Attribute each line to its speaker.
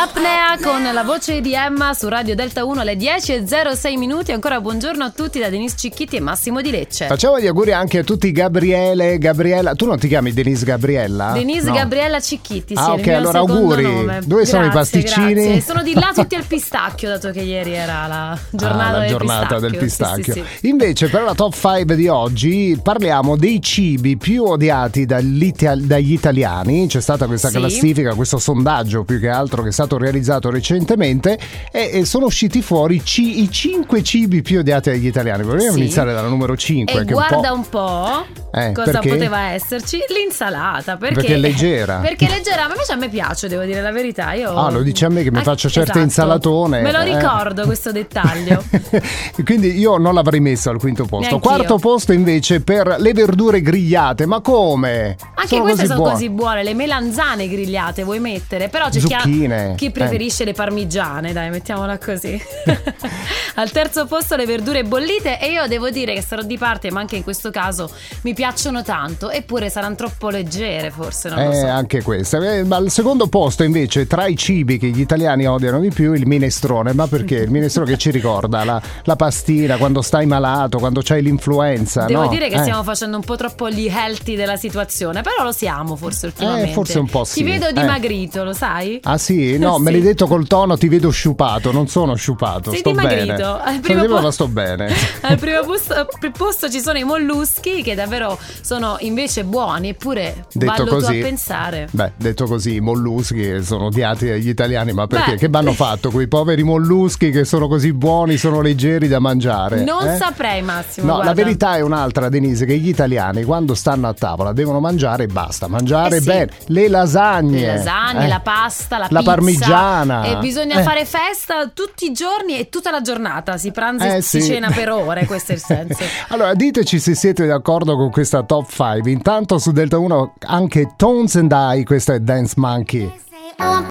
Speaker 1: Apnea con la voce di Emma su Radio Delta 1 alle 10.06 minuti. Ancora buongiorno a tutti da Denise Cicchitti e Massimo Di Lecce.
Speaker 2: Facciamo gli auguri anche a tutti Gabriele, Gabriella. Tu non ti chiami Denise Gabriella?
Speaker 1: Denise
Speaker 2: ah, No.
Speaker 1: Gabriella Cicchitti, sì,
Speaker 2: Ah,
Speaker 1: è il
Speaker 2: ok,
Speaker 1: mio
Speaker 2: allora
Speaker 1: secondo
Speaker 2: auguri.
Speaker 1: nome.
Speaker 2: Dove sono i pasticcini?
Speaker 1: grazie. Sono di là tutti al pistacchio, dato che ieri era la giornata,
Speaker 2: Ah, la
Speaker 1: del,
Speaker 2: giornata
Speaker 1: pistacchio.
Speaker 2: del pistacchio.
Speaker 1: Sì, sì, sì.
Speaker 2: Invece, per la top 5 di oggi parliamo dei cibi più odiati dall'Ita- dagli italiani. C'è stata questa
Speaker 1: Sì.
Speaker 2: classifica, questo sondaggio più che altro che è stato realizzato recentemente e, e sono usciti fuori ci- i 5 cibi più odiati dagli italiani. Vogliamo
Speaker 1: Sì.
Speaker 2: iniziare dalla numero 5.
Speaker 1: E
Speaker 2: che
Speaker 1: guarda
Speaker 2: un po'...
Speaker 1: un po',
Speaker 2: Eh,
Speaker 1: cosa
Speaker 2: perché?
Speaker 1: poteva esserci l'insalata. Perché,
Speaker 2: Perché è leggera.
Speaker 1: Perché è leggera, ma invece a me piace, devo dire la verità. Io,
Speaker 2: Ah, lo dici a me che mi
Speaker 1: Ah,
Speaker 2: faccio certe
Speaker 1: esatto.
Speaker 2: insalatone.
Speaker 1: Me lo
Speaker 2: eh.
Speaker 1: ricordo questo dettaglio.
Speaker 2: Quindi io non l'avrei messo al quinto posto.
Speaker 1: Neanch'io.
Speaker 2: Quarto posto invece per le verdure grigliate. Ma come?
Speaker 1: Anche queste sono
Speaker 2: buone.
Speaker 1: così buone, le melanzane grigliate vuoi mettere, però c'è chi, ha-
Speaker 2: Zucchine,
Speaker 1: chi
Speaker 2: eh.
Speaker 1: preferisce le parmigiane, dai, mettiamola così. Al terzo posto le verdure bollite e io devo dire che sarò di parte, ma anche in questo caso mi piacciono tanto, eppure saranno troppo leggere forse, non lo
Speaker 2: Eh,
Speaker 1: so.
Speaker 2: anche questa. Eh, ma al secondo posto, invece, tra i cibi che gli italiani odiano di più, il minestrone. Ma perché? Il minestrone che ci ricorda la, la pastina quando stai malato, quando c'hai l'influenza.
Speaker 1: Devo
Speaker 2: no?
Speaker 1: dire che
Speaker 2: Eh.
Speaker 1: stiamo facendo un po' troppo gli healthy della situazione, però lo siamo forse ultimamente.
Speaker 2: Eh, forse un po' sì,
Speaker 1: Ti vedo
Speaker 2: eh.
Speaker 1: dimagrito, lo sai?
Speaker 2: Ah sì? No,
Speaker 1: Sì.
Speaker 2: me l'hai detto col tono, ti vedo sciupato, non sono sciupato,
Speaker 1: Sei
Speaker 2: Esatto, sto
Speaker 1: dimagrito.
Speaker 2: bene.
Speaker 1: Al primo,
Speaker 2: Sono dimagrito,
Speaker 1: po-
Speaker 2: ma sto bene.
Speaker 1: Al primo posto, pri- posto ci sono i molluschi che davvero sono invece buoni, eppure
Speaker 2: Detto
Speaker 1: ballo tu
Speaker 2: così,
Speaker 1: a pensare.
Speaker 2: Beh, detto così, i molluschi sono odiati dagli italiani, ma perché?
Speaker 1: Beh.
Speaker 2: Che vanno fatto quei poveri molluschi che sono così buoni, sono leggeri da mangiare?
Speaker 1: Non
Speaker 2: eh?
Speaker 1: saprei Massimo.
Speaker 2: No, la
Speaker 1: guarda.
Speaker 2: verità è un'altra, Denise, che gli italiani quando stanno a tavola devono mangiare e basta, mangiare
Speaker 1: Eh sì.
Speaker 2: bene. Le lasagne.
Speaker 1: Le lasagne,
Speaker 2: eh,
Speaker 1: la pasta, la,
Speaker 2: La
Speaker 1: pizza.
Speaker 2: parmigiana.
Speaker 1: E bisogna
Speaker 2: Eh.
Speaker 1: fare festa tutti i giorni e tutta la giornata. Si pranza e
Speaker 2: eh,
Speaker 1: si
Speaker 2: sì.
Speaker 1: cena per ore, questo è il senso.
Speaker 2: allora, diteci se siete d'accordo con questa top 5. Intanto su Delta 1 anche Tones and I, questa è Dance Monkey.